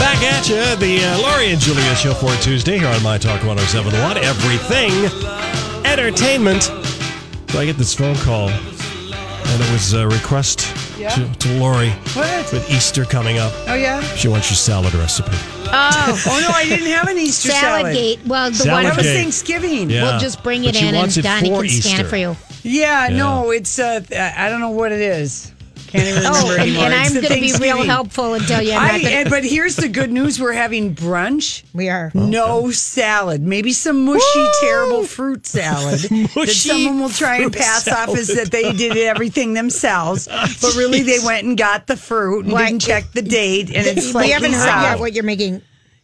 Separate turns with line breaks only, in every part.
Back at you, the uh, Laurie and Julia show for Tuesday here on My Talk 1071. Everything entertainment. So I get this phone call, and it was a request
Yeah.
to, to Lori
What?
with Easter coming up.
Oh yeah.
She wants your salad recipe.
Oh, oh no, I didn't have an Easter salad.
Salad gate. Well, the
Salad
That
one.
was
Okay.
Thanksgiving.
Yeah.
We'll just bring
But
it
she
in,
wants
and
it
Donnie
for
can scan
Easter.
it for you.
Yeah,
Yeah.
no, it's uh, I don't know what it is. Can't even remember
Oh, and,
anymore.
and
It's
I'm
the
going to be real
Thanksgiving.
helpful and tell you. I'm
I,
not gonna,
and- but here's the good news: we're having brunch.
we are.
No salad, maybe some mushy, terrible fruit salad that
Mushy
someone will try and
fruit
pass off as that they did everything themselves, but really they went and got the fruit and
Why-
didn't check the date, and it's
We
slightly
haven't heard
sour.
yet what you're making.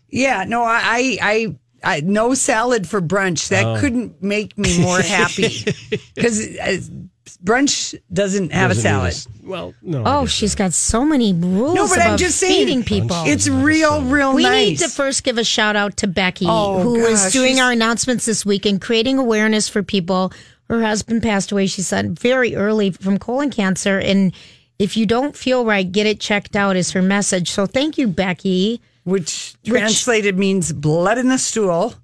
Yeah, no, I, I, I, I no salad for brunch. That
Oh.
couldn't make me more happy because brunch doesn't have a
Doesn't
salad.
need a- Well, no. I
Oh,
guess
she's got so many rules
No, but
about
I'm just saying
feeding people.
It's real, real
we
nice.
need to first give a shout out to Becky,
Oh,
who is
gosh,
doing
she's-
our announcements this week and creating awareness for people. Her husband passed away, she said, very early from colon cancer. And if you don't feel right, get it checked out, is her message. So thank you, Becky.
which translated means blood in the stool.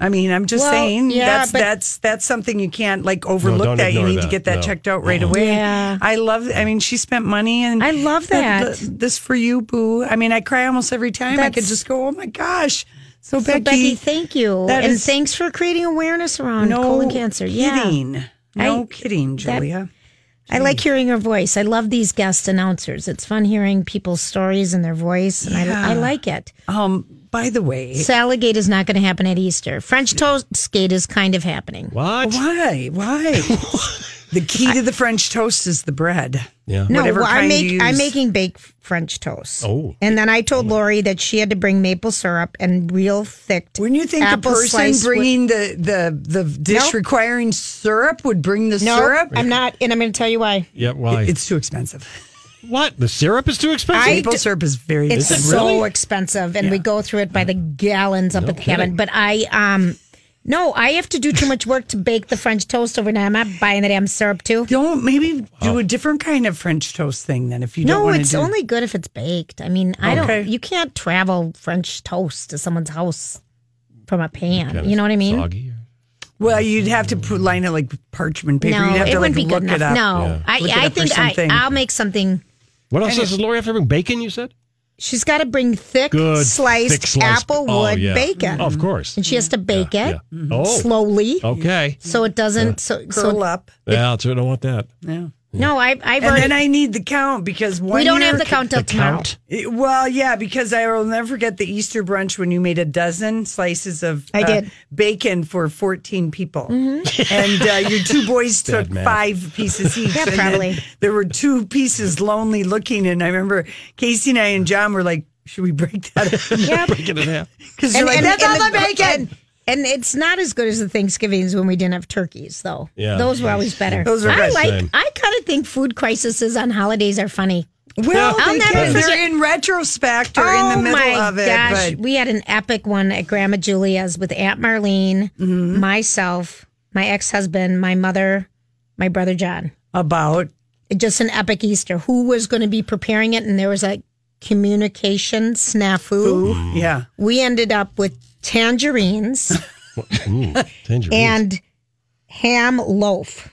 I mean, I'm just
Well,
saying
yeah,
that's
but-
that's that's something you can't like overlook.
don't
that you
ignore
need
that,
to get that
no.
checked out right away.
Yeah.
I love. I mean, she spent money and
I love that.
th- this for you, boo. I mean, I cry almost every time. I could
That's-
just go, oh my gosh. So,
So Becky, thank you,
that
and
is-
thanks for creating awareness around colon cancer. Yeah,
Kidding. No
I-
kidding,
that-
Julia.
I like hearing her voice. I love these guest announcers. It's fun hearing people's stories and their voice, and I, I like it.
um, by the way,
Saligate is not going to happen at Easter. French Toastgate is kind of happening.
What?
why? Why? the key to the French toast is the bread.
Yeah.
No,
Whatever
well, I
kind
make
you
I'm
use.
making baked French toast.
Oh.
and then I told Lori that she had to bring maple syrup and real thick.
Wouldn't you think
apple
the person
slice with-
bringing the, the, the dish
Nope.
requiring syrup would bring the
no,
syrup?
I'm not, and I'm going to tell you why.
Yeah, why?
It's too expensive.
what? The syrup is too expensive?
Maple syrup is very
It's
expensive.
so expensive, and we go through it by the gallons up at the cabin. But I, um, no, I have to do too much work to bake the French toast overnight. I'm not buying the damn syrup too.
Don't maybe do a different kind of French toast thing then if you don't
No,
want to
it's
do
only good if it's baked. I mean, I
Okay.
don't. You can't travel French toast to someone's house from a pan.
Kinda
you know what I mean?
Soggy. or-
Well, you'd have to put, line it like parchment paper.
No,
you'd have
it
to like
wouldn't be
look
good
it
enough.
up.
No,
Yeah.
I,
Look it
I
up or
think I,
something.
I'll make something.
What else does Lori have to bring? Bacon, you said?
She's got to bring thick,
Good.
sliced,
thick sliced-
apple
Oh,
wood
yeah.
bacon,
Oh, of course.
and she has to bake
Yeah.
it
Oh.
slowly,
Okay.
so it doesn't. So,
Curl
so
up.
Yeah, so I don't want that.
no, I, I've
And
already.
then I need the count because one
we don't
year-
have the count till
The
tomorrow.
count?
It- well, yeah, because I will never forget the Easter brunch when you made a dozen slices of uh,
I did. Mm-hmm.
bacon for 14 people. And uh, your two boys took
Bad math.
five pieces each.
Yeah,
and then
probably.
There were two pieces lonely looking. And I remember Casey and I and John were like, should we break that up?
Yeah.
Break it in half.
Because you're like, that's all the bacon.
And, and it's not as good as the Thanksgivings when we didn't have turkeys, though.
Yeah.
those were always better.
Those were
I
best.
like.
Same.
I kind of think food crises on holidays are funny.
Well,
I'll
they
never
can-
forget-
they're in retrospect or in the middle
Oh my
of it.
Gosh,
But
we had an epic one at Grandma Julia's with Aunt Marlene,
Mm-hmm.
myself, my ex husband, my mother, my brother John.
about
Just an epic Easter. Who was going to be preparing it? And there was a communication snafu.
who? Yeah.
We ended up with tangerines
Ooh, tangerines.
and ham loaf.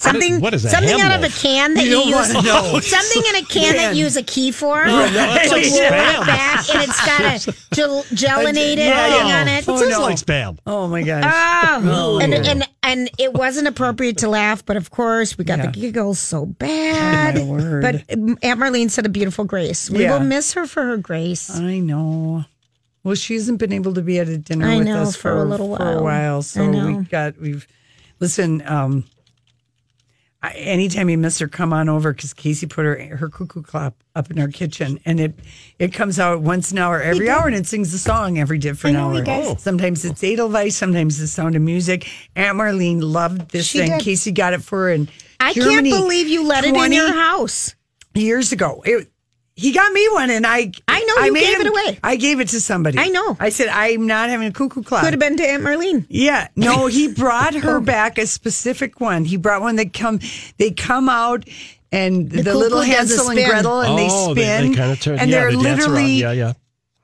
Something
what is a
something
ham
out
loaf?
of a can that
You
you,
don't
use
wanna know.
something in a can that you use a key for.
no, that's like
So you roll
spam.
it back and it's got a gel- gelinated
Yeah,
thing
yeah.
on it.
That
Oh,
sounds
no.
like spam.
Oh my gosh.
Oh, and, and and it wasn't appropriate to laugh, but of course we got the giggles so bad.
Oh, my word.
But um, Aunt Marlene said a beautiful grace. We
Yeah. Uh,
will miss her for her grace.
I know. Well, she hasn't been able to be at a dinner
I
with
know,
us for,
for a little
for a
while.
while.
I
So
know.
we got we've listen. Um, I, anytime you miss her, come on over because Casey put her her cuckoo clock up in our kitchen, and it it comes out once an hour, every hour, and it sings a song every different
I know,
hour.
you guys- Oh.
Sometimes it's Edelweiss, sometimes it's Sound of Music. Aunt Marlene loved this
She
thing.
did.
Casey got it for her, and
I
Germany,
can't believe you let it in
20
your house.
years ago. It, he got me one, and I
I know, you gave it away.
I gave it to somebody.
I know.
I said I'm not having a cuckoo clock.
Could have been Oh. to Aunt Marlene.
Yeah, no, he brought her back a specific one. He brought one that come they come out and the,
cuckoo
little
does a
Hansel and
spin.
Gretel and they
oh,
spin
They, they kind of turn.
and
yeah,
they're
they dance around.
literally
Yeah,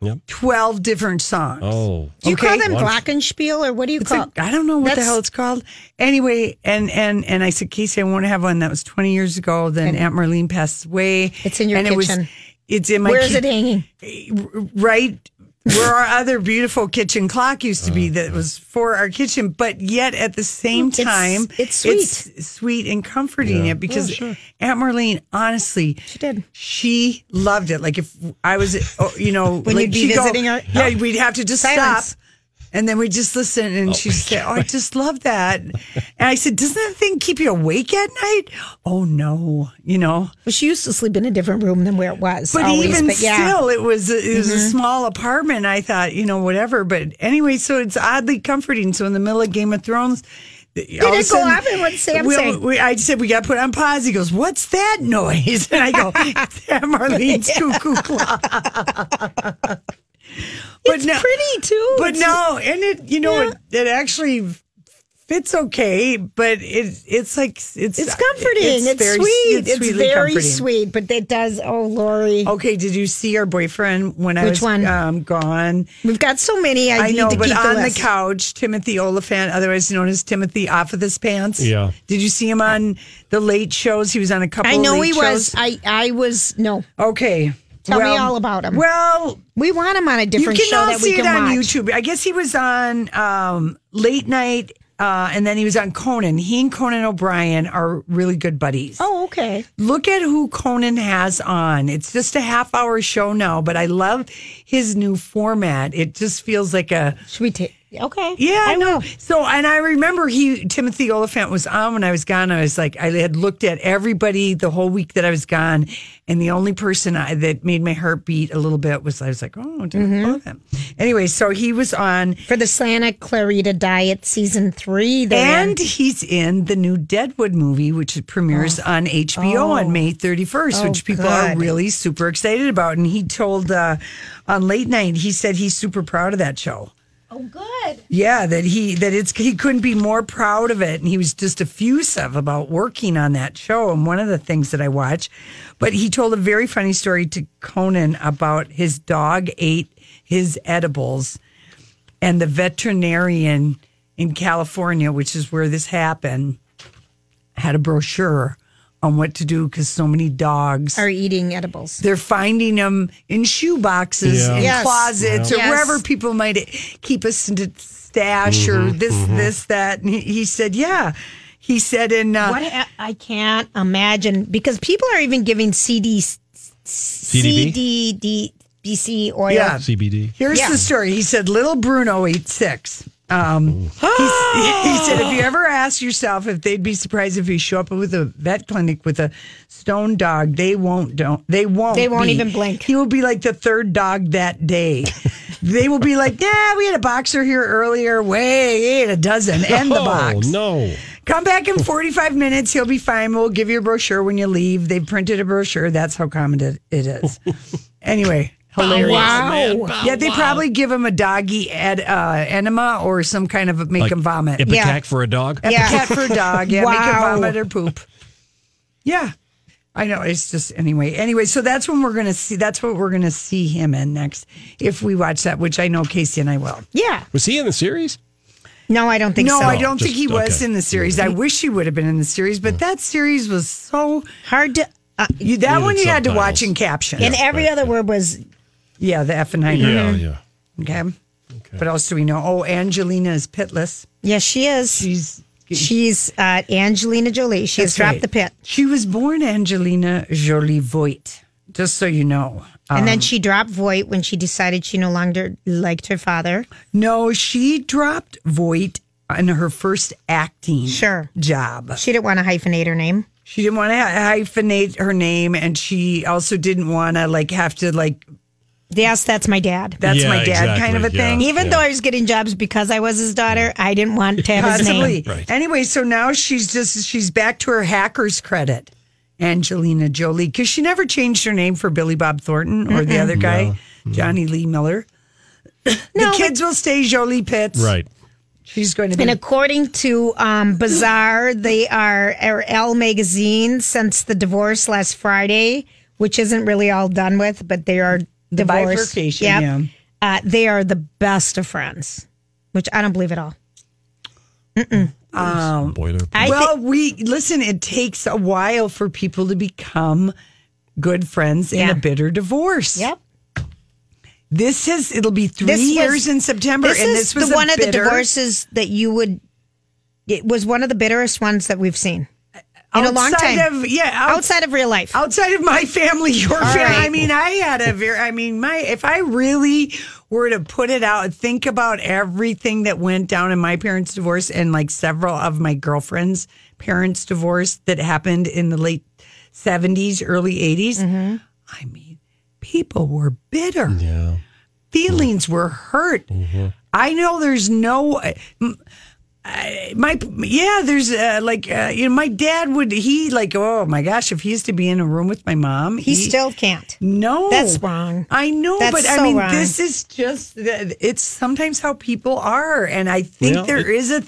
yeah.
twelve different songs.
Oh,
Do you
Okay.
call them
One-
Glockenspiel or what do you
It's
call?
a, I don't know what the
That's-
hell it's called. Anyway, and and and I said, Casey, I want to have one that was twenty years ago. Then Aunt Marlene passed away.
It's in your
and It was,
kitchen.
it's in my.
Where is
kitchen.
it hanging?
right where our other beautiful kitchen clock used to be that was for our kitchen but yet at the same
It's-
time
it's
sweet and comforting it because aunt marlene honestly she
did.
she loved it like if i was oh, you know
When
like
you'd be
she'd go-
visiting her-
yeah we'd have to just
Silence.
stop and then we just listen, and she'd say, "Oh, I just love that." And I said, "Doesn't that thing keep you awake at night?" Oh no, you know.
Well, she used to sleep in a different room than where it was.
But
always,
even
but yeah. Mm-hmm.
still, it was it was a small apartment. I thought, you know, whatever. But anyway, so it's oddly comforting. So in the middle of Game of Thrones, did
it go off? And what'd Sam say?
We, I said we got to put on pause. He goes, "What's that noise?" And I go, "It's Aunt Marlene's cuckoo clock." but
it's pretty too.
But
It's-
no, and it you know it, it actually fits okay. But it it's like it's
It's comforting. It's,
very-
sweet. It's,
sweetly
very
comforting.
sweet. But it does. Oh, Lori,
Okay, did you see our boyfriend when I
Which
was
one?
Um, gone?
we've got so many. I,
I
need
know,
to
but
keep
on
the,
the,
list.
couch, Timothy Oliphant, otherwise known as Timothy Off of His Pants.
Yeah.
Did you see him on the late shows? He was on a couple.
I know
late
he was.
shows.
I I was no.
Okay.
Tell me all about him.
Well,
We want him on a
you
different
can
show
all
that
see
we can
it on
watch.
YouTube. I guess he was on um, late night, uh, and then he was on Conan. He and Conan O'Brien are really good buddies.
Oh, okay.
look at who Conan has on. It's just a half hour show now, but I love his new format. It just feels like a
Should we take? Okay.
yeah,
I
I know.
will.
So, and I remember he Timothy Oliphant was on when I was gone. I was like, I had looked at everybody the whole week that I was gone, and the only person I, that made my heart beat a little bit was I was like, oh, Timothy
Mm-hmm.
Oliphant. Anyway, so he was on,
for the Santa Clarita Diet season three. They're in.
and he's in the new Deadwood movie, which premieres on HBO on May 31st,
Oh,
which people are
good.
really super excited about. And he told uh, on late night, he said he's super proud of that show.
oh, good.
Yeah, that he that it's he couldn't be more proud of it, and he was just effusive about working on that show. And one of the things that I watch, but he told a very funny story to Conan about his dog ate his edibles, and the veterinarian in California, which is where this happened, had a brochure on what to do because so many dogs
Are eating edibles?
they're finding them in shoe boxes,
Yeah.
in
Yes.
closets, or
Yeah. Yes.
wherever people might keep a st- stash or this, this, that. And he, he said, yeah. He said in uh,
What ha- I can't imagine because people are even giving CD, CDD, BC oil.
Yeah.
CBD.
Here's
Yeah.
the story. He said, "Little Bruno ate six. Um, he, he said, "If you ever ask yourself if they'd be surprised if you show up with a vet clinic with a stone dog, they won't. Don't they won't.
They won't
be.
even blink.
He will be like the third dog that day. they will be like, yeah, we had a boxer here earlier. Way he ate a dozen and the
oh
box.
no!
Come back in 45 minutes. He'll be fine. We'll give you a brochure when you leave. They printed a brochure. That's how common it, it is. anyway, hilarious.
Oh,
Oh,
Wow.
Yeah, they probably give him a doggy ed, uh, enema or some kind of make him vomit.
Ipecac
Yeah.
for a dog.
Yeah.
Cat for a dog. Yeah, make him
Wow.
vomit or poop. Yeah. I know. It's just anyway. Anyway, so that's when we're gonna see. That's what we're gonna see him in next if we watch that, which I know Casey and I will.
Yeah.
Was he in the series?
No, I don't think
no,
so.
I don't
Just-
think he was
okay.
in the series. I wish he would have been in the series, but that series was so
Hard to. Uh,
you, that
Needed
one you had to watch
subtitles.
in caption.
and every other word was
yeah, the Effenheimer.
Yeah, yeah.
Okay. What else do we know? Oh, Angelina is pitless.
yes. She is.
She's
She's uh, Angelina Jolie. She
That's
has dropped
right.
the pit,
She was born Angelina Jolie Voigt, just so you know. Uh,
and then she dropped Voight when she decided she no longer liked her father.
no, she dropped Voigt in her first acting
Sure.
job.
She didn't want to hyphenate her name.
She didn't want to hyphenate her name, and she also didn't want to like have to like
Yes, that's my dad.
that's
Yeah,
my dad kind of a
exactly, yeah.
thing.
Even though I was getting jobs because I was his daughter, I didn't want to have his
Possibly.
name.
Right.
Anyway, so now she's just she's back to her hacker's credit, Angelina Jolie, because she never changed her name for Billy Bob Thornton or the other guy, Johnny Lee Miller.
No,
the
but-
kids will stay Jolie Pitts.
Right.
She's going to be.
And according to um, Bazaar, they are or L magazine since the divorce last Friday, which isn't really all done with, but they are
The
divorced.
bifurcation, yeah.
Uh, they are the best of friends, which I don't believe at all.
Um,
Boiler.
I thi-
well, we listen. It takes a while for people to become good friends in
Yeah.
a bitter divorce.
yep.
This is. It'll be three
This was-
years in September,
This
and
is
this was
the
a
one of the
bitter-
divorces that you would. It was one of the bitterest ones that we've seen in a long
outside
time.
Of, yeah, outside.
outside of real life.
outside of my family, your family.
right.
I mean, I had a very, I mean, my, if I really were to put it out, think about everything that went down in my parents' divorce and like several of my girlfriend's parents' divorce that happened in the late 70s, early 80s.
Mm-hmm.
I mean, people were bitter
Yeah.
feelings were hurt. I know there's no. I- My yeah, there's uh, like uh, you know, my dad would he like oh my gosh, if he used to be in a room with my mom,
he still can't.
no,
That's wrong.
I know,
That's
but I
so
mean,
wrong.
this is just it's sometimes how people are, and I think
Yeah.
there is a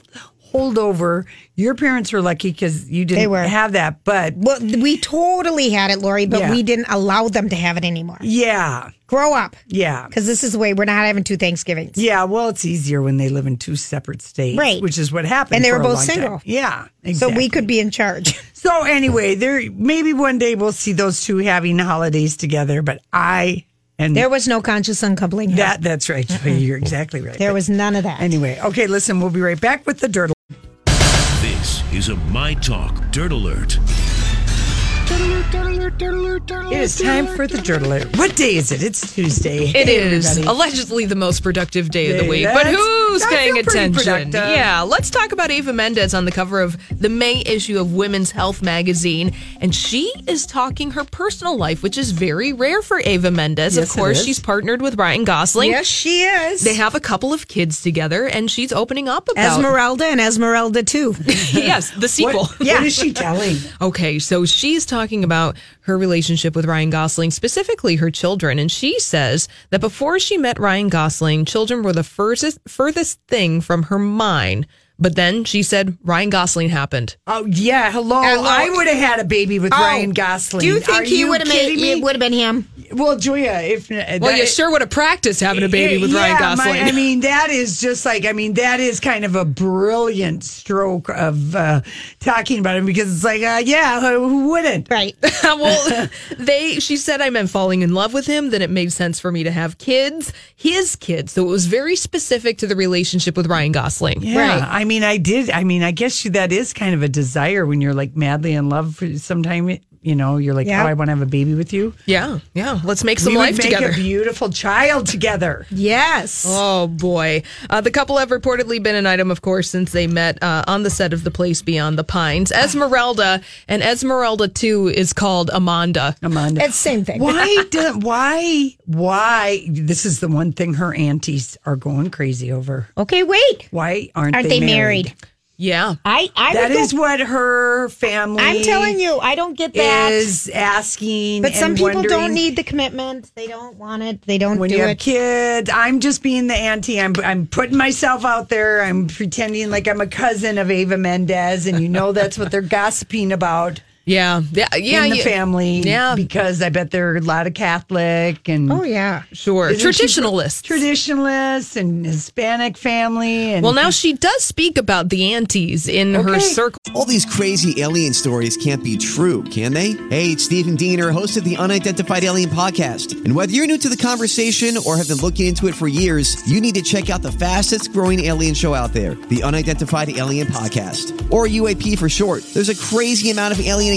holdover. Your parents were lucky because you didn't
were.
have that, but
Well, we totally had it, Lori, but
Yeah.
we didn't allow them to have it anymore.
yeah,
Grow up,
yeah.
because this is the way we're not having two Thanksgivings.
Yeah, well, it's easier when they live in two separate states,
Right.
Which is what happened.
And they
for
were
a
both
long time.
single.
Yeah,
So
exactly.
we could be in charge.
So anyway, there maybe one day we'll see those two having holidays together. But I and
There was no conscious uncoupling. here.
that that's right. Julia, You're exactly right.
there was none of that.
anyway. Okay, listen, we'll be right back with the dirt.
This is a My Talk Dirt Alert.
It is time for the dirt alert. What day is it? It's Tuesday.
It is
everybody.
allegedly the most productive day of
Yeah,
the week, but
that's-
who's
I
paying
feel pretty
attention?
productive.
Yeah, let's talk about Ava Mendez on the cover of the May issue of Women's Health magazine, and she is talking her personal life, which is very rare for Ava Mendez.
Yes,
of
it
course,
is.
she's partnered with Ryan Gosling.
Yes, she is.
They have a couple of kids together, and she's opening up about
Esmeralda and Esmeralda too.
yes, the sequel.
What, what is she telling?
Okay, so she's talking about her relationship with Ryan Gosling, specifically her children, and she says that before she met Ryan Gosling, children were the furthest furthest thing from her mind. But then she said Ryan Gosling happened.
Oh yeah, hello.
Hello.
I would have had a baby with Ryan
Oh,
Gosling.
Do you think
Are
he
you
would have
kidding
made
me?
it would have been him?
Well, Julia, if uh,
Well, you sure would have practiced having a baby with
Yeah,
Ryan
my-
Gosling.
I mean, that is just like I mean, that is kind of a brilliant stroke of uh, talking about him because it's like, uh, yeah, who who wouldn't?
Right.
well, they she said I meant falling in love with him, then it made sense for me to have kids, his kids. So it was very specific to the relationship with Ryan Gosling.
Yeah,
Right.
I mean, I did. I mean, I guess you, that is kind of a desire when you're like madly in love. For sometime, you know, you're like,
Yeah.
oh, I want to have a baby with you.
Yeah, yeah. Let's make some
we
life
would make
together.
a beautiful child together.
yes.
Oh boy. Uh, the couple have reportedly been an item, of course, since they met uh, on the set of The Place Beyond the Pines. Esmeralda and Esmeralda 2 is called Amanda.
Amanda.
It's same thing.
why do, why why this is the one thing her aunties are going crazy over
Okay, wait.
why aren't,
Aren't they married?
Yeah.
I I
That
would go-
is what her family.
I'm telling you, I don't get that.
is asking.
but some
and
people don't
wondering
need the commitment. They don't want it. They don't
When
do
you have
it.
kids, I'm just being the auntie. I'm I'm putting myself out there. I'm pretending like I'm a cousin of Ava Mendez, and you know that's what they're gossiping about.
Yeah. Yeah. Yeah.
in the
yeah,
family
Yeah.
because I bet there are a lot of Catholic and
Oh yeah.
Sure.
Isn't she-
Traditionalists.
traditionalists and Hispanic family. And
well, now she does speak about the aunties in her
Okay.
circle.
All these crazy alien stories can't be true, can they? Hey, it's Stephen Diener, host of the Unidentified Alien Podcast. And whether you're new to the conversation or have been looking into it for years, you need to check out the fastest growing alien show out there, the Unidentified Alien Podcast, or UAP for short. There's a crazy amount of alien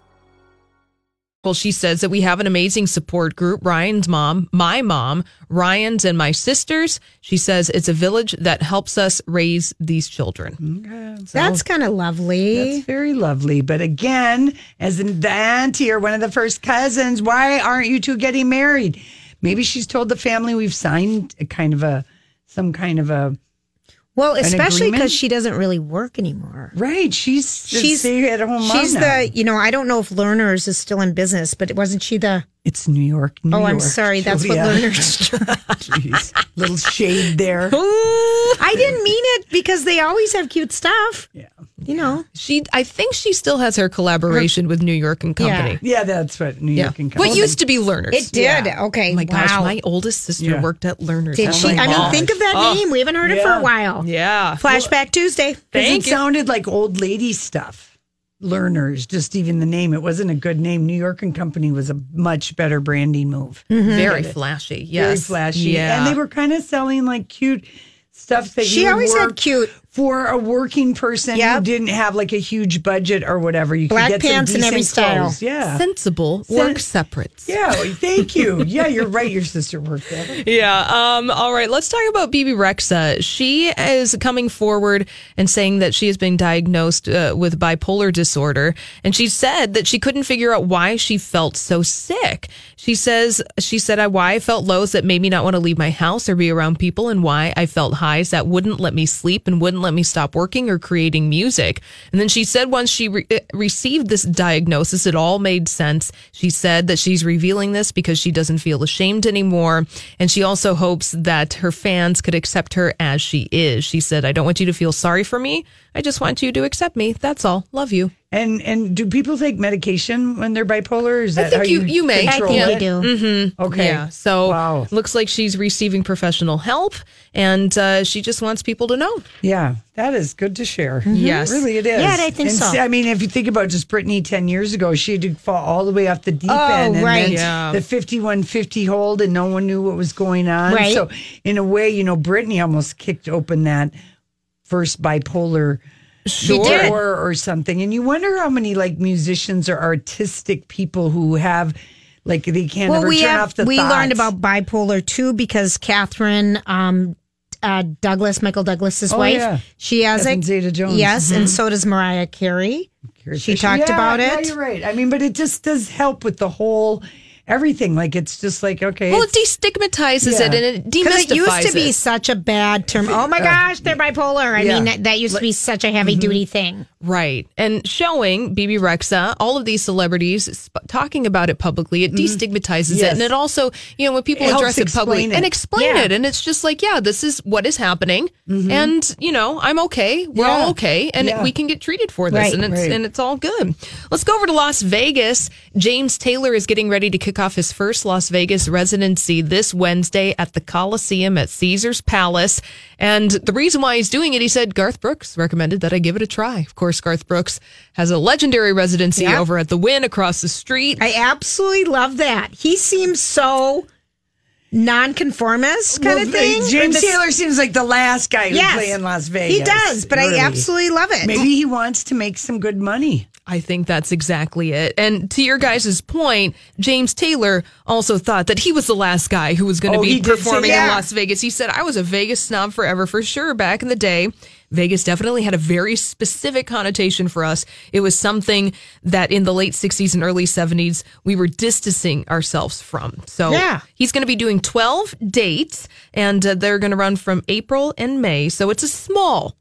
She says that we have an amazing support group Ryan's mom, my mom, Ryan's, and my sisters. She says it's a village that helps us raise these children.
Mm-hmm.
That's kind of lovely.
That's very lovely. But again, as in the auntie or one of the first cousins, why aren't you two getting married? Maybe she's told the family we've signed a kind of a, some kind of a,
Well, especially
agreement?
because she doesn't really work anymore.
right. She's,
She's
she's at home.
She's the you know I don't know if Learners is still in business, but wasn't she the?
it's New York. New
oh, I'm
York,
sorry, that's what
Julia.
Learners.
Jeez. Little shade there.
I didn't mean it because they always have cute stuff. Yeah, you know.
She, I think she still has her collaboration with New York and Company.
Yeah, that's what New York and
What used to be Learners.
It did. Okay.
Oh my
wow.
gosh, my oldest sister
Yeah.
worked at Learners.
Did
Oh
she?
my
I mean,
gosh.
think of that
Oh,
name. We haven't heard it for
Yeah.
a while.
Yeah.
Flashback Tuesday.
it
Thank you.
sounded like old lady stuff. Learners, just even the name. It wasn't a good name. New York and Company was a much better branding move.
Very flashy. Yes.
Mm-hmm. Very flashy.
Yeah.
And they were kind of selling like cute stuff that
She
you would
always had
work
cute.
for a working person who
Yep.
didn't have like a huge budget or whatever. You
Black
could get
pants
some
in every
decent
style.
clothes. Yeah.
sensible work separates.
yeah, thank you. Yeah, you're right. Your sister worked there.
Yeah. Um, all right. Let's talk about BB Rexa. She is coming forward and saying that she has been diagnosed uh, with bipolar disorder. And she said that she couldn't figure out why she felt so sick. She says, she said, I, why I felt lows that made me not want to leave my house or be around people and why I felt highs that wouldn't let me sleep and wouldn't let me stop working or creating music. And then she said once she re- eh, received this diagnosis, it all made sense. She said that she's revealing this because she doesn't feel ashamed anymore. And she also hopes that her fans could accept her as she is. She said, I don't want you to feel sorry for me. I just want you to accept me. That's all. Love you.
And and do people take medication when they're bipolar? Or is that
think
how
you- you may. Mm-hmm. I
I
control
think
it?
they do.
Okay.
Yeah. So
wow.
looks like she's receiving professional help and uh, she just wants people to know.
Yeah, that is good to share.
Yes.
really, it is.
Mm-hmm. Yeah, I think
And
so.
I mean, if you think about just Brittany ten years ago, she had to fall all the way off the deep
Oh,
end, and
right.
then
Yeah.
the fifty-one fifty hold, and no one knew what was going on.
Right.
So, in a way, you know, Brittany almost kicked open that first bipolar
She
door
did.
or something, and you wonder how many like musicians or artistic people who have like they can't
Well,
ever
we
turn
have
off the
we
thoughts.
learned about bipolar too because Catherine um, uh, Douglas, Michael Douglas's
Oh,
wife,
yeah.
she has
Catherine
it.
Zeta-Jones. Mm-hmm.
Yes, and so does Mariah Carey. She talked
Yeah,
about it.
Yeah, you're right. I mean, but it just does help with the whole everything. Like it's just like okay,
Well, it
it's-
destigmatizes it
Yeah.
and it
Because
demystifies
it used to be
it.
such a bad term. Oh my gosh, they're bipolar.
Uh, Yeah.
I
mm-hmm.
mean, that, that used to be such a heavy duty thing.
Right. And showing BB Rexa, all of these celebrities sp- talking about it publicly, it destigmatizes
Mm-hmm.
it.
Yes.
And it also, you know, when people
It helps
address it publicly
explain it.
and explain
Yeah.
it, and it's just like, yeah, this is what is happening. And, you know, I'm okay. We're
Mm-hmm. Yeah.
all okay. And
Yeah.
we can get treated for this.
Right.
and, it's,
Right.
and it's all good. Let's go over to Las Vegas. James Taylor is getting ready to kick off his first Las Vegas residency this Wednesday at the Coliseum at Caesar's Palace. And the reason why he's doing it, he said Garth Brooks recommended that I give it a try. Of course, Garth Brooks has a legendary residency
Yeah.
over at the Win across the street.
I absolutely love that. He seems so nonconformist kind
Well, uh,
of thing.
James
Or this-
Taylor seems like the last guy who
Yes.
play in Las Vegas.
He does, but
Really.
I absolutely love it.
Maybe he wants to make some good money.
I think that's exactly it. And to your guys' point, James Taylor also thought that he was the last guy who was going to
Oh, he
be
did say
performing in
that.
Las Vegas. He said, I was a Vegas snob forever for sure back in the day. Vegas definitely had a very specific connotation for us. It was something that in the late 60s and early 70s, we were distancing ourselves from. So
Yeah.
he's going to be doing 12 dates, and uh, they're going to run from April and May. So it's a small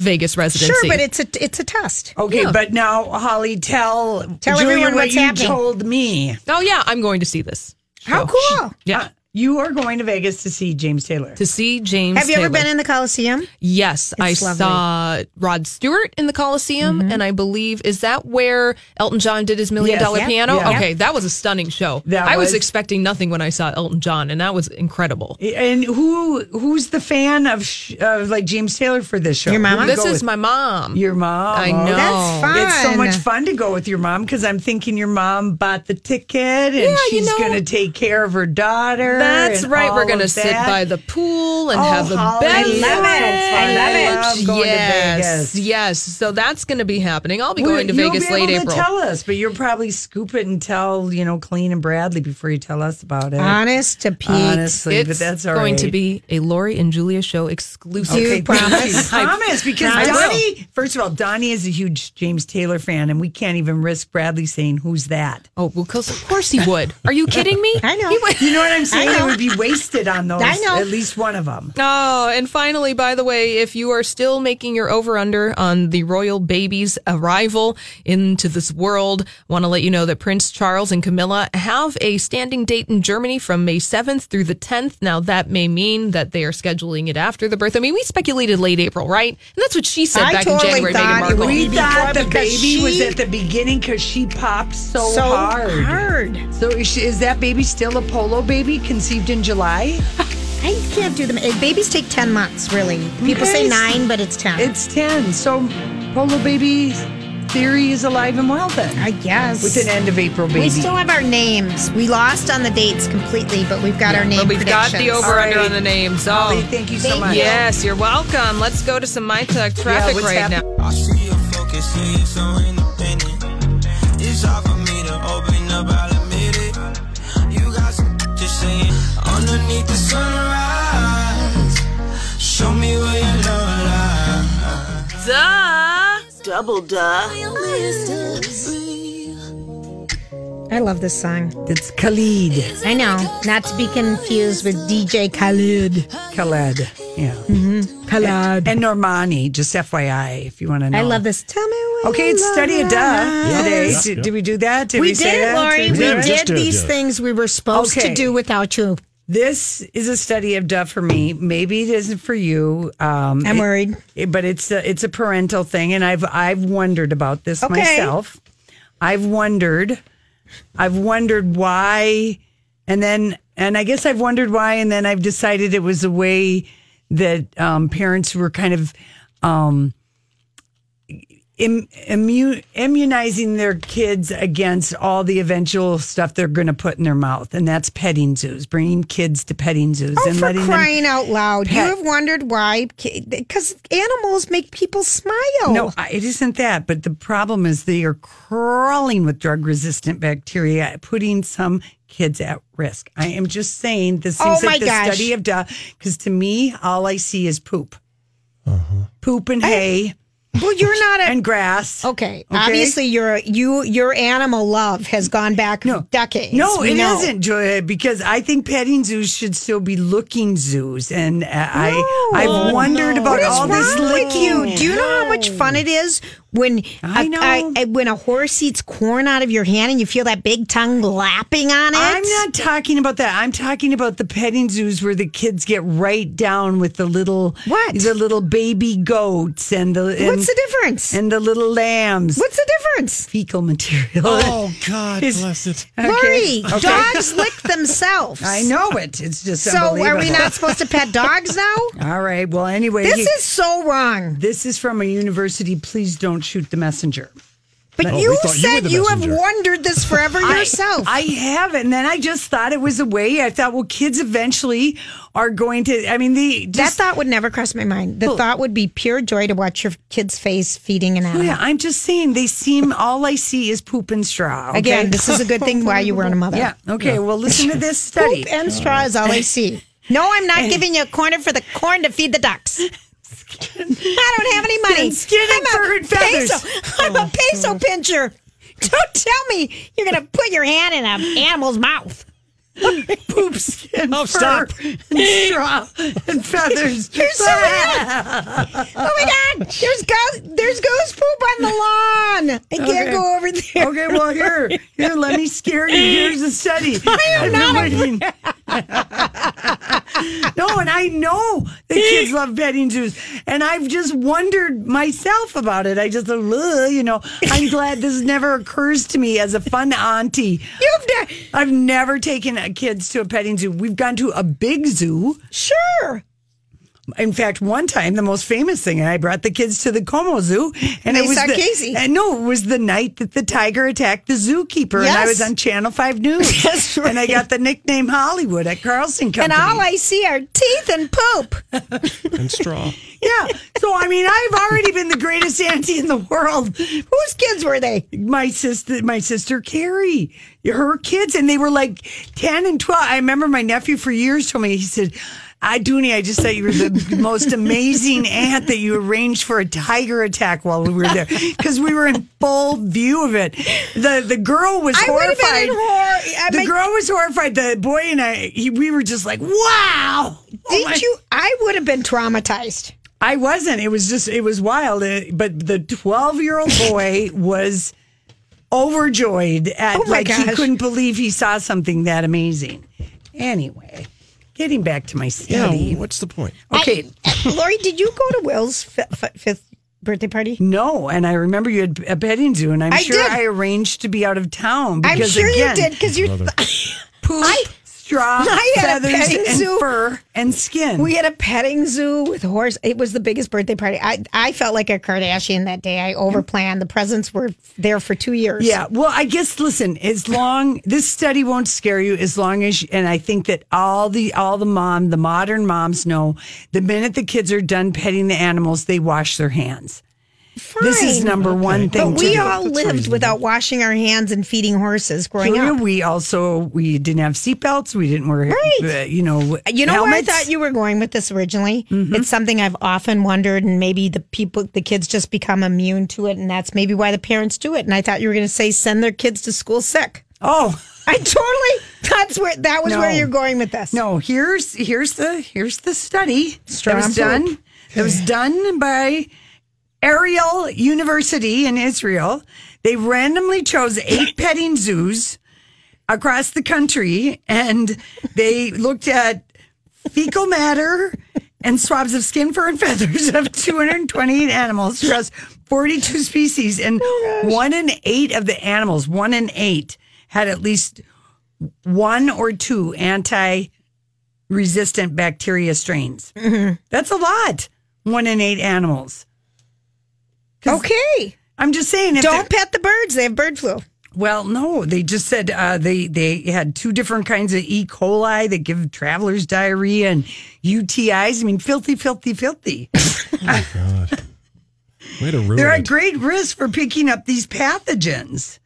Vegas residency.
Sure, but it's a it's a test.
Okay, but now Holly, tell
Tell
Julia
everyone
what
what's
you
happening.
told me.
Oh yeah, I'm going to see this.
How
show.
cool!
Yeah.
Uh, you are going to Vegas to see James Taylor.
to see James.
Have you ever
Taylor.
been in the Coliseum?
Yes, I
lovely.
saw Rod Stewart in the Coliseum, and I believe is that where Elton John did his Million
Mm-hmm. Yes.
Dollar
Yeah.
Piano.
Yeah.
Okay, that was a stunning show.
That
I was,
was-
expecting nothing when I saw Elton John, and that was incredible.
And who who's the fan of sh- of like James Taylor for this show?
Your mama?
Who do you
This
go with?
is my mom.
your mom.
I
Oh,
know.
That's fun.
It's so much fun to go with your mom because I'm thinking your mom bought the ticket and
you
she's
know-
going to take care of her daughter.
That's
and
right. We're
all
going to
of
sit
that.
by the pool and
Oh,
have the
Holly,
bed.
I love it. I love it. I love going to
yes,
Vegas.
yes. So that's going to be happening. I'll be
Well,
going to
you'll
Vegas
be
late
able
April.
To tell us, but you'll probably scoop it and tell you know Colleen and Bradley before you tell us about it.
Honest to Pete.
Honestly,
it's
but that's all
going to
right.
be a Lori and Julia show exclusive.
You promise?
I-
promise because
I will.
Donnie, first of all, Donnie is a huge James Taylor fan, and we can't even risk Bradley saying who's that.
Oh, well, 'cause of course he would. Are you kidding me?
I know.
He would-
You know what I'm saying?
I
It
know.
would be wasted on those.
I know.
At least one of them.
Oh, and finally, by the way, if you are still making your over under on the royal baby's arrival into this world, want to let you know that Prince Charles and Camilla have a standing date in Germany from May 7th through the 10th. Now, that may mean that they are scheduling it after the birth. I mean, we speculated late April, right? And that's what she said
I
back
totally
in January,
thought
Meghan
it
Markle.
would
We
Before-
thought the
because
baby was
she-
at the beginning because she popped so,
so
hard.
hard.
So is, she, is that baby still a polo baby conceived in July?
I can't do them. Eh, Babies take 10 months, really. People say
Okay.
nine, but it's 10.
It's 10. So polo baby theory is alive and well then.
I guess.
With an end of April baby.
we still have our names. We lost on the dates completely, but we've got our name
But we've got the
predictions.
over under
All right.
on the names. So.
Holly, thank you so
Thank
much.
you. Yeah.
Yes, you're welcome. Let's go to some My Talk traffic
what's
right now.
happening?
I see your focus, see you so independent. It's hard for me to open up, I'll admit it. You got some just saying underneath the sunrise. Show me where your love lies.
Duh.
Double duh.
I love this song.
It's Khalid.
I know. Not to be confused with DJ Khalid.
Khaled. Yeah.
Hmm. Khalid.
And Normani, just FYI, if you want to know.
I love this. Tell me what
Okay, it's
love
study a duh
lies.
today.
Yeah,
Did,
yeah.
did we do that? Did
We,
we, say
did,
that?
Lori.
Did
We
Yeah, we
did
just did
these
it.
things we were supposed to
Okay.
do without you.
This is a study of duh for me. Maybe it isn't for you. Um,
I'm worried.
it- but it's a, it's a parental thing, and I've I've wondered about this
Okay.
myself. I've wondered, I've wondered why, and then and I guess I've wondered why, and then I've decided it was a way that um, parents were kind of um, Im- immu- immunizing their kids against all the eventual stuff they're going to put in their mouth, and that's petting zoos, bringing kids to petting zoos
Oh,
and
for
letting them
crying out loud.
pet-
You have wondered why, because animals make people smile.
No, I- it isn't that. But the problem is they are crawling with drug resistant bacteria, putting some kids at risk. I am just saying this
Oh
seems
my
like the
gosh.
study of duh. Because to me, all I see is poop,
Uh-huh.
poop and hay
Well, you're not a.
and grass.
Okay. Obviously, your you your animal love has gone back decades.
No,
We
it
know.
not Julia, because I think petting zoos should still be looking zoos, and uh, I I've wondered about
Oh, What is
all
wrong
this
with
licking.
you? Do you know how much fun it is when
I
a-
know.
a- when a horse eats corn out of your hand and you feel that big tongue lapping on it?
I'm not talking about that. I'm talking about the petting zoos where the kids get right down with the little
What?
the little baby goats and the and,
What's the difference?
and the little lambs.
What's the difference?
fecal material?
Oh, God
It's-
bless it.
Lori, dogs lick themselves.
I know it. It's just
So are we
unbelievable.
not supposed to pet dogs now?
All right. Well, anyway,
This
he-
is so wrong.
this is from a university. Please don't shoot the messenger.
But
Oh,
you
we thought you were
said
the
you have
messenger.
wondered this forever yourself.
I have, and then I just thought it was a way. I thought, well, kids eventually are going to. I mean, the
that
just,
thought would never cross my mind. The thought would be pure joy to watch your kid's face feeding an animal.
Oh, yeah. I'm just saying they seem. All I see is poop and straw. okay?
Again, this is a good thing why you weren't a mother.
yeah. Okay. Well, listen to this study. Oh.
Poop and straw is all I see. No, I'm not giving you a corner for the corn to feed the ducks. I don't have any money.
Skin- skin and
I'm a
fur and feathers. Oh.
Peso, I'm a peso pincher. Don't tell me you're going to put your hand in an animal's mouth.
poop, skin,
Oh,
fur,
stop.
and straw, and feathers.
You're so mad. Oh my God. There's goose, there's goose poop on the lawn. I can't
Okay.
go over there.
Okay, well here, here, let me scare you. Here's a study. I am not no, and I know the kids love petting zoos, and I've just wondered myself about it. I just, thought, "Ugh," you know, I'm glad this never occurs to me as a fun auntie.
You've done.
I've never taken uh, kids to a petting zoo. We've gone to a big zoo.
Sure.
In fact, one time, the most famous thing, I brought the kids to the Como Zoo, and
They
it was
saw
the,
Casey.
And no, it was the night that the tiger attacked the zookeeper, and I
Yes.
was on Channel Five News,
That's right.
and I got the nickname Hollywood at Carlson
And
Company.
all I see are teeth and poop.
and straw.
yeah, so I mean, I've already been the greatest auntie in the world.
Whose kids were they?
my sister, my sister Carrie, her kids, and they were like ten and twelve. I remember my nephew for years told me he said, "I Dooney, I just thought you were the most amazing aunt that you arranged for a tiger attack while we were there because we were in full view of it. the The girl was
I would have been
horrified.
in horror. I
the
mean-
girl was horrified. The boy and I, he, we were just like, "Wow." Oh
Did
my-
you? I would have been traumatized.
I wasn't. It was just, it was wild. Uh, but the 12 year old boy was overjoyed at,
Oh my
like, he
gosh.
couldn't believe he saw something that amazing. Anyway, getting back to my
Yeah,
study.
what's the point?
Okay.
I- Lori, did you go to Will's fi- fi- fifth birthday party?
no, and I remember you had a petting zoo, and I'm
I
sure
did.
I arranged to be out of town
I'm
because
sure
again,
you did because you.
poop,
I-
straw,
I had a
feathers,
petting
and
zoo.
fur, and skin.
We had a petting zoo with horse. It was the biggest birthday party. I I felt like a Kardashian that day. I overplanned. The presents were there for two years.
Yeah. Well, I guess listen, as long this study won't scare you, as long as and I think that all the all the mom, the modern moms know the minute the kids are done petting the animals, they wash their hands. This is
Fine.
number one thing.
But
to
we
do.
all lived without washing our hands and feeding horses growing
Julia,
up.
we also we didn't have seatbelts. We didn't wear,
Right.
uh, you know,
You
helmets.
know
Mm-hmm.
where I thought you were going with this originally? It's something I've often wondered, and maybe the people, the kids just become immune to it, and that's maybe why the parents do it. And I thought you were going to say send their kids to school sick.
Oh
I totally. That's where that was
No.
where you're going with this.
no, here's here's the here's the study
Straw
that was
and
done.
poop.
That was done by Ariel University in Israel. They randomly chose eight petting zoos across the country and they looked at fecal matter and swabs of skin, fur, and feathers of 228 animals across 42 species. And one in eight of the animals, one in eight, had at least one or two anti resistant bacteria strains. That's a lot. One in eight animals.
Okay.
I'm just saying. If
Don't
they're-
pet the birds. They have bird flu.
well, no, they just said uh, they they had two different kinds of E. coli that give travelers diarrhea and UTIs. I mean, filthy, filthy, filthy.
Oh, Way to ruin
They're at
it.
great risk for picking up these pathogens.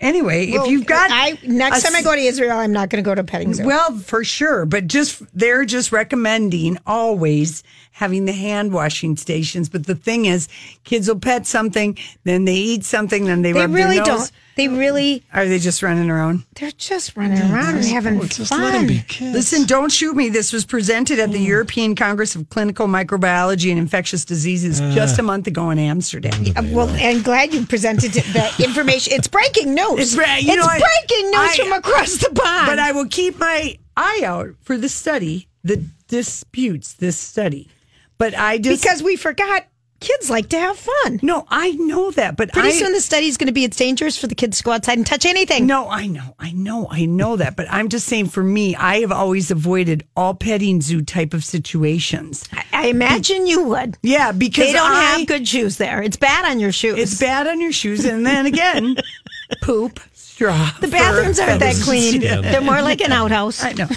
Anyway, if you've got,
I next
a
time I go to Israel, I'm not going to go to a petting zoo.
Well, for sure, but just they're just recommending always having the hand washing stations. But the thing is, kids will pet something, then they eat something, then they,
they
rub
really
their nose.
don't. They really.
Are they just running around?
They're just running around and having
Just
fun.
let them be kids.
Listen, don't shoot me. This was presented at the
Mm.
European Congress of Clinical Microbiology and Infectious Diseases just a month ago in Amsterdam.
Uh, well, and glad you presented the information. It's breaking news.
It's bra- you know, I-
breaking news
I-
from across the pond.
But I will keep my eye out for the study that disputes this study. But I just
because we forgot kids like to have fun.
no, I know that. But
Pretty
I,
soon, the study's going to be it's dangerous for the kids to go outside and touch anything.
No, I know, I know, I know that. But I'm just saying, for me, I have always avoided all petting zoo type of situations.
I I imagine you would.
Yeah, because
They don't
I,
have good shoes there. It's bad on your shoes.
It's bad on your shoes, and then again,
poop.
straw.
The bathrooms aren't that clean. They're more like an outhouse.
I know.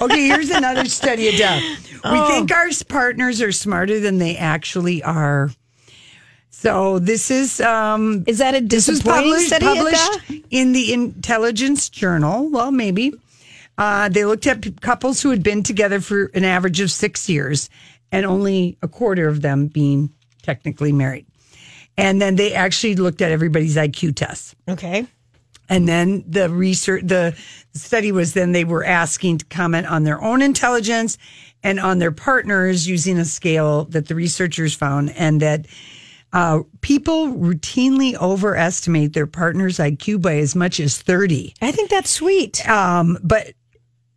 Okay, here's another study of death. We think our s- partners are smarter than they actually are. So this is um,
Is that a
this was
disappointing
published,
study?
published
Ida?
in the Intelligence Journal. Well, maybe uh, they looked at p- couples who had been together for an average of six years, and only a quarter of them being technically married. And then they actually looked at everybody's IQ tests.
Okay.
And then the research, the study was then they were asking to comment on their own intelligence and on their partners using a scale that the researchers found, and that uh, people routinely overestimate their partner's IQ by as much as 30.
I think that's sweet.
Um, but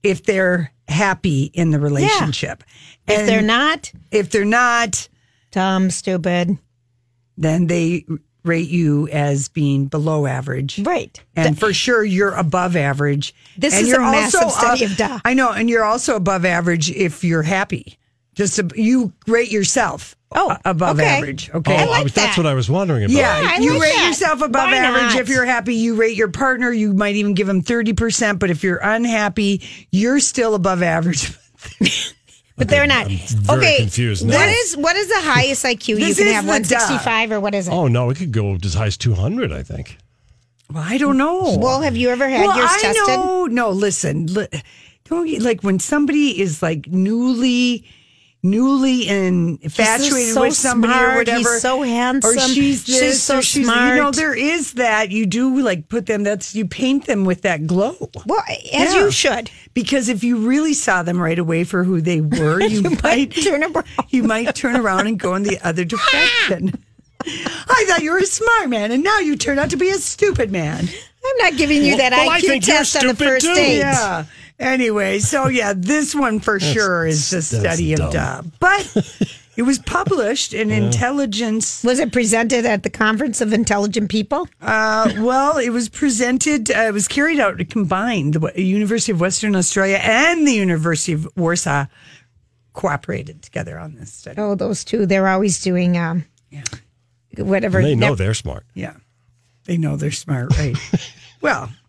if they're happy in the relationship,
if
And
they're not,
if they're not,
dumb, stupid.
then they rate you as being below average.
Right.
and for sure you're above average.
This
and
is
you're
a massive study of da.
I know, and you're also above average if you're happy. Just ab- you rate yourself.
Oh,
a- above
okay.
average. Okay.
I like
was- that's
that.
what Oh, I was wondering about.
yeah,
I
you
like
rate
that.
yourself above
Why
average
not?
if you're happy. You rate your partner. You might even give them thirty percent. But if you're unhappy, you're still above average.
But they're not.
very
okay.
confused now.
What is what is the highest IQ you
This
can
is
have?
the
One
duh.
sixty five or what is it?
Oh no, it could go as high as two hundred. I think.
Well, I don't
Oh.
know.
Well, have you ever had
Well,
yours
I
tested?
know. No, listen. li- Don't you, like when somebody is like newly, newly infatuated
so
with somebody
smart,
or
he's
whatever.
so
Or
handsome,
she's
she's
this.
so
or You know,
smart.
there is that. You do like put them. That's you paint them with that glow.
Well, as
Yeah.
you should.
Because if you really saw them right away for who they were, you, might
turn around.
You might turn around and go in the other direction. I thought you were a smart man, and now you turn out to be a stupid man.
I'm not giving you that
well, I
IQ
think you're
test on the
stupid
first
too.
date.
Yeah. Anyway, so yeah, this one for sure is the
that's
study of duh.
dumb.
But it was published in Intelligence.
Was it presented at the Conference of Intelligent People?
Uh, well, it was presented, uh, it was carried out combined. The W- University of Western Australia and the University of Warsaw cooperated together on this study.
Oh, those two. They're always doing um, whatever.
They know
Nev-
they're smart.
Yeah. They know they're smart, right? well,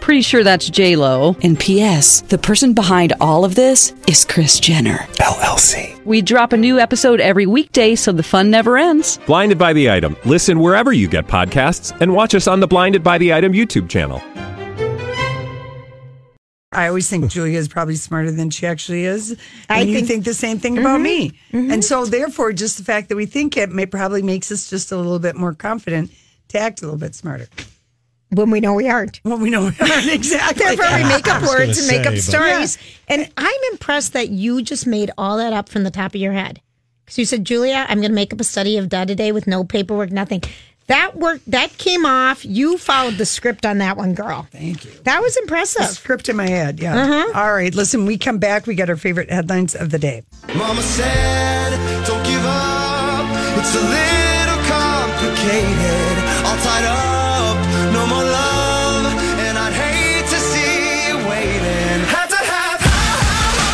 Pretty sure that's J Lo.
And P.S. The person behind all of this is Chris Jenner.
LLC.
We drop a new episode every weekday, so the fun never ends.
Blinded by the item. Listen wherever you get podcasts, and watch us on the Blinded by the Item YouTube channel.
I always think Julia is probably smarter than she actually is. And
I
you
think- Mm-hmm.
think, the same thing about me. And so, therefore, just the fact that we think it may probably makes us just a little bit more confident to act a little bit smarter.
when we know we aren't.
Well, we know we aren't exactly.
Therefore, we make up
gonna
words and make up
say,
but-
stories. And I'm impressed that you just made all that up from the top of your head. Because you said, Julia, I'm going to make up a study of da today with no paperwork, nothing. That worked. That came off. You followed the script on that one, girl. Thank you. That was
A
impressive.
script in my head. Yeah.
Mm-hmm.
All right. Listen, we come back. We got our favorite headlines of the day.
Mama said, don't give up. It's a little complicated. All tied up, no more love. And I'd hate to see you waiting. Had to have high, high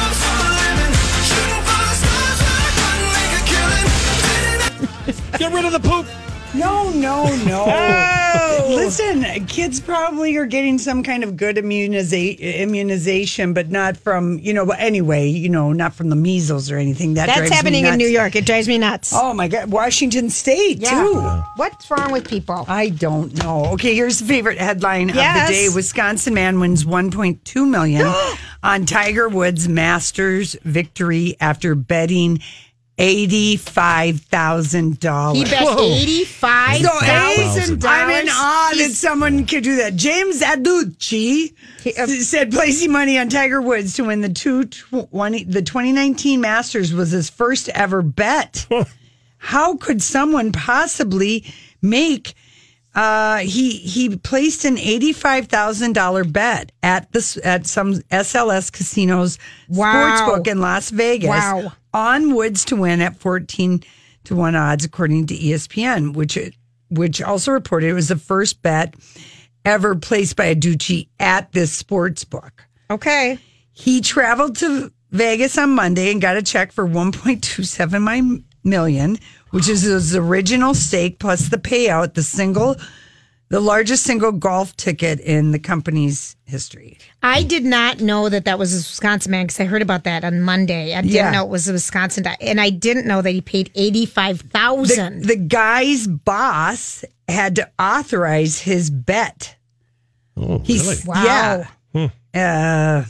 hopes for a living. Shooting for the stars, but I couldn't make a killing. Didn't
Get rid of the poop.
No, no, no.
Oh.
Listen, kids probably are getting some kind of good immuniza- immunization, but not from, you know, anyway, you know, not from the measles or anything. That
That's
drives me
happening in
nuts.
New York. It drives me nuts.
Oh my God, Washington State too.
What's wrong with people?
I don't know. Okay, here's the favorite headline
Yes.
of the day: Wisconsin man wins 1.2 million on Tiger Woods Masters victory after betting eighty-five thousand
He
dollars.
bet eighty-five
So
dollars.
Ace, I'm in awe that someone could do that. James Aducci s- said placing money on Tiger Woods to win the two tw- twenty the 2019 Masters was his first ever bet. How could someone possibly make Uh, he he placed an eighty five thousand dollar bet at this at some SLS casinos
Wow.
sportsbook in Las Vegas
Wow.
on Woods to win at fourteen to one odds, according to E ESPN, which it, which also reported it was the first bet ever placed by Aducci at this sportsbook.
Okay.
He traveled to Vegas on Monday and got a check for 1.27 mi- million, which is his original stake plus the payout, the single, the largest single golf ticket in the company's history.
I did not know that that was a Wisconsin man because I heard about that on Monday. I didn't
Yeah.
know it was a Wisconsin, di- and I didn't know that he paid eighty five
The,
thousand.
the guy's boss had to authorize his bet.
Oh, really?
He's yeah. Uh,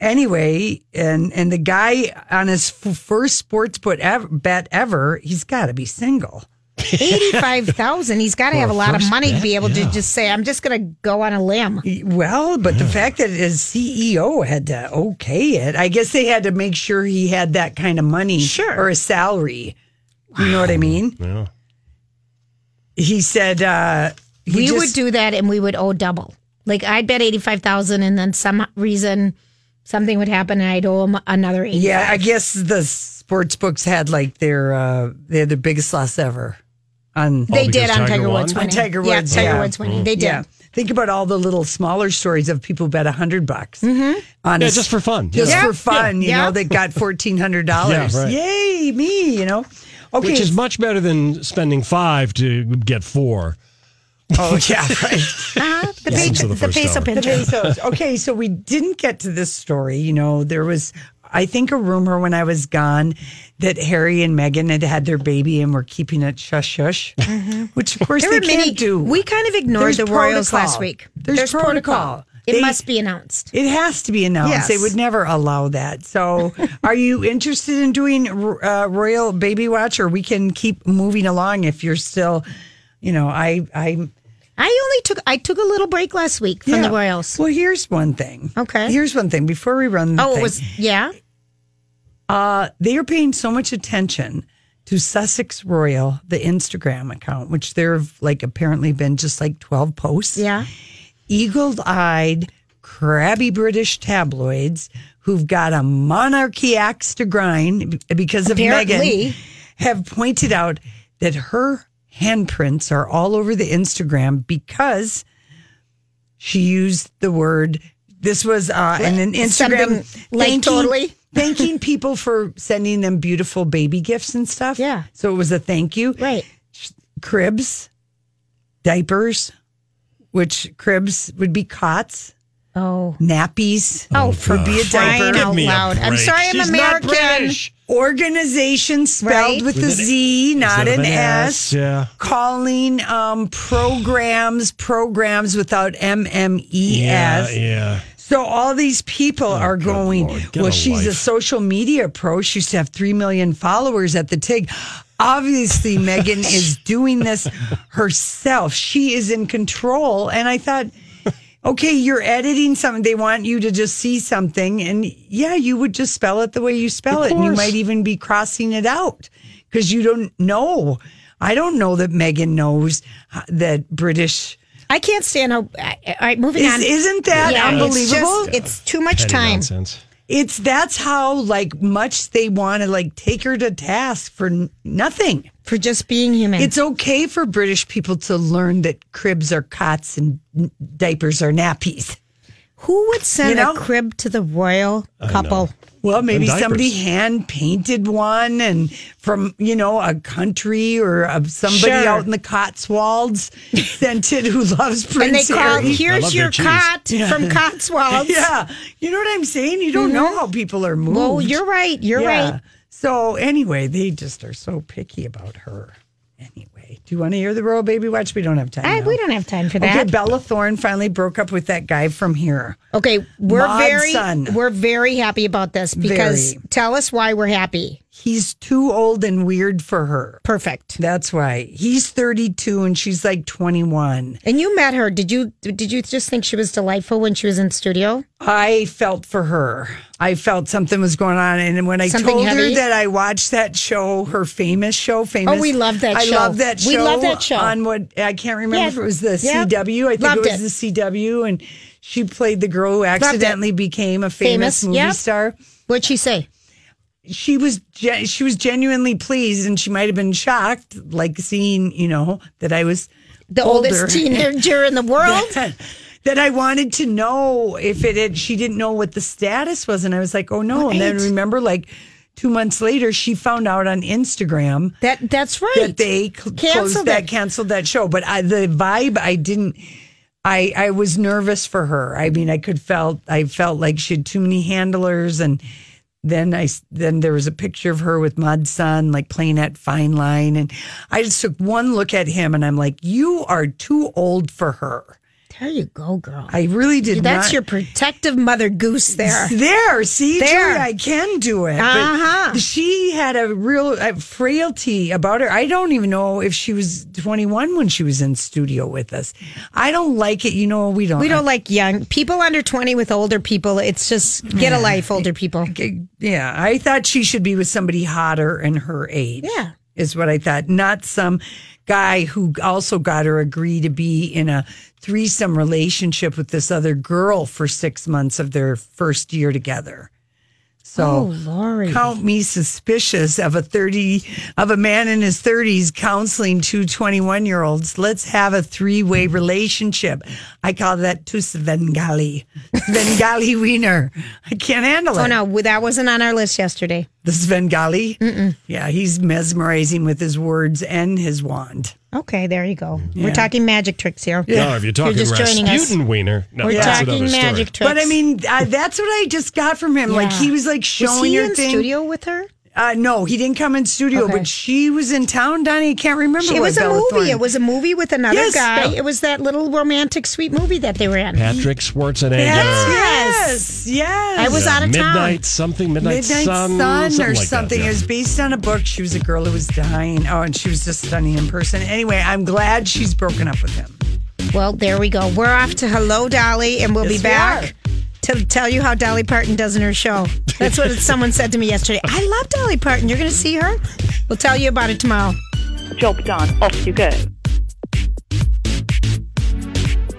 anyway, and and the guy on his f- first sports bet ever, bet ever, he's got to be single.
Eighty five thousand. He's got to
For
have a
a
lot of
first
money to
bet,
be able
yeah.
to just say, "I'm just going to go on a limb."
Well, but the fact that his CEO had to okay it, I guess they had to make sure he had that kind of money sure. or a salary. You know what I mean?
Yeah.
He said uh, he
we
just-
would do that, and we would owe double. Like I'd bet eighty five thousand, and then some reason something would happen, and I'd owe him another eighty.
Yeah, I guess the sports books had like their uh, they had their biggest loss ever on
They did on Tiger, Woods
on
winning.
Oh, Tiger
Yeah,
Woods.
Tiger Woods winning. They did.
Yeah. Think about all the little smaller stories of people who bet a hundred bucks on
Mm-hmm. Yeah,
a s-
just for fun.
just
Yeah.
for fun. You
Yeah.
know, they got fourteen hundred dollars.
Yeah, right.
Yay, me! You know, okay.
Which is much better than spending five to get four.
oh yeah, right.
Uh-huh. The,
Yeah.
page,
Since
the,
the first
peso
hour.
pincher.
pesos. Okay, so we didn't get to this story. You know, there was, I think, a rumor when I was gone that Harry and Meghan had had their baby and were keeping it shush shush,
Mm-hmm.
which of course
There
they
were many.
can't do.
We kind of ignored
There's
the Royals
protocol.
last week.
There's, protocol.
It
They-
must be announced.
It has to be announced.
Yes.
They would never allow that. So, are you interested in doing uh, Royal Baby Watch, or we can keep moving along if you're still, you know, I, I.
I only took I took a little break last week from the Royals.
Well, here's one thing.
Okay.
Here's one thing before we run. The
Oh, it
thing,
was yeah.
Uh, they are paying so much attention to Sussex Royal, the Instagram account, which there have like apparently been just like twelve posts.
Yeah.
Eagle-eyed, crabby British tabloids who've got a monarchy axe to grind be- because of
Apparently.
Meghan have pointed out that her handprints are all over the Instagram because she used the word. This was uh, in an
Something
Instagram
like totally?
thanking people for sending them beautiful baby gifts and stuff.
Yeah.
So it was a thank you.
Right.
Cribs, diapers, which cribs would be cots,
Oh.
nappies.
Oh,
for be a
Crying
diaper.
out
me a
loud. I'm
break.
sorry, I'm
She's not
American.
British.
Organization spelled
Right.
with,
With
a
an-
Z, not
Instead
an,
of
S.
Yeah.
Calling um, programs programs without M M E
Yeah.
S.
Yeah.
So all these people are
Oh, good
going,
Lord, get
well,
a
she's a
life."
social media pro. She used to have 3 million followers at the TIG. Obviously, Megan is doing this herself. She is in control. And I thought, okay, you're editing something. They want you to just see something. And yeah, you would just spell it the way you spell it. And you might even be crossing it out because you don't know. I don't know that Megan knows uh, that British.
I can't stand how. I- All right, moving on.
Is, isn't that
Yeah, It's,
unbelievable?
just, it's too much
Petty
time.
Nonsense.
it's that's how like much they want to like take her to task for n- nothing.
for just being human.
It's okay for British people to learn that cribs are cots and n- diapers are nappies.
Who would send
You know?
a crib to the royal couple?
Well, maybe
diapers.
somebody hand painted one and from, you know, a country or of somebody
Sure.
out in the Cotswolds sent it who loves Prince
And they call,
Harry.
here's
love their
your
cheese."
cot from Cotswolds.
Yeah. You know what I'm saying? You don't know how people are moved.
Mm-hmm. Well, you're right. You're
Yeah.
right.
So anyway, they just are so picky about her. Anyway, do you want to hear the royal baby watch? We don't have time.
I,
now.
we don't have time for that.
Okay, Bella Thorne finally broke up with that guy from here.
Okay, we're
Maud's
very
son.
we're very happy about this because
Very.
tell us why we're happy.
He's too old and weird for her.
Perfect.
That's why. He's 32 and she's like 21.
And you met her. Did you did you just think she was delightful when she was in studio?
I felt for her. I felt something was going on. And when I
Something
told
heavy?
her that I watched that show, her famous show, famous.
Oh, we love that
I
show.
love that show.
We love that show.
On what I can't remember
Yeah.
if it was the
Yep.
CW. I think
Loved
it was the
it.
CW. And she played the girl who
it.
accidentally became a famous,
Famous,
movie
yep.
star.
What'd she say?
She was ge- she was genuinely pleased, and she might have been shocked, like seeing you know that I was
The
older.
oldest teenager in the world.
that, that I wanted to know if it had, she didn't know what the status was. And I was like, oh no. And then
Right.
remember, like two months later, she found out on Instagram
That that's right.
that they cl- closed
Canceled
that,
it.
canceled that show. But I, the vibe, I didn't. I, I was nervous for her. I mean, I could felt I felt like she had too many handlers, and then I s- then there was a picture of her with Mud Sun like playing at Fine Line, and I just took one look at him, and I'm like, you are too old for her.
there you go, girl.
I really did
that's
not.
your protective mother goose there.
There, see,
There.
Julia, I can do it. But
Uh-huh.
She had a real uh frailty about her. I don't even know if she was 21 when she was in studio with us. I don't like it. You know, we don't.
We don't like young people under 20 with older people. It's just get a life, older people.
Yeah, I thought she should be with somebody hotter in her age.
Yeah.
is what I thought. Not some guy who also got her agree to be in a threesome relationship with this other girl for six months of their first year together. So.
Oh, Lori.
count me suspicious of a 30 of a man in his 30s counseling two 21 year olds let's have a three-way relationship i call that two svengali svengali wiener i can't handle it
Oh, no, that wasn't on our list yesterday.
the svengali yeah he's mesmerizing with his words and his wand
Okay, there you go. We're talking magic tricks here.
No, Oh, if you're talking
just joining us.
Rasputin Wiener, no,
We're
that's
talking
another story.
magic tricks.
but i mean I, that's what i just got from him like
Yeah.
he was like showing
was he
her
in
thing
studio with her?
uh no he didn't come in studio
Okay.
but she was in town donnie i can't remember
It
what
was a
Bella
movie.
Thorne-
It was a movie with another
Yes.
guy. It was that little romantic sweet movie that they were in.
Patrick Schwarzenegger.
yes yes, yes.
I was out of town.
Midnight something, Midnight,
Midnight
Sun,
Sun,
something
or
like that,
something.
yeah.
It was based on a book. She was a girl who was dying. Oh, and she was just stunning in person. Anyway, I'm glad she's broken up with him.
Well, there we go. We're off to Hello Dolly, and we'll
Yes,
be
we
back to tell you how Dolly Parton does in her show. That's what someone said to me yesterday. I love Dolly Parton. You're going to see her? We'll tell you about it tomorrow.
Job done. Off you go.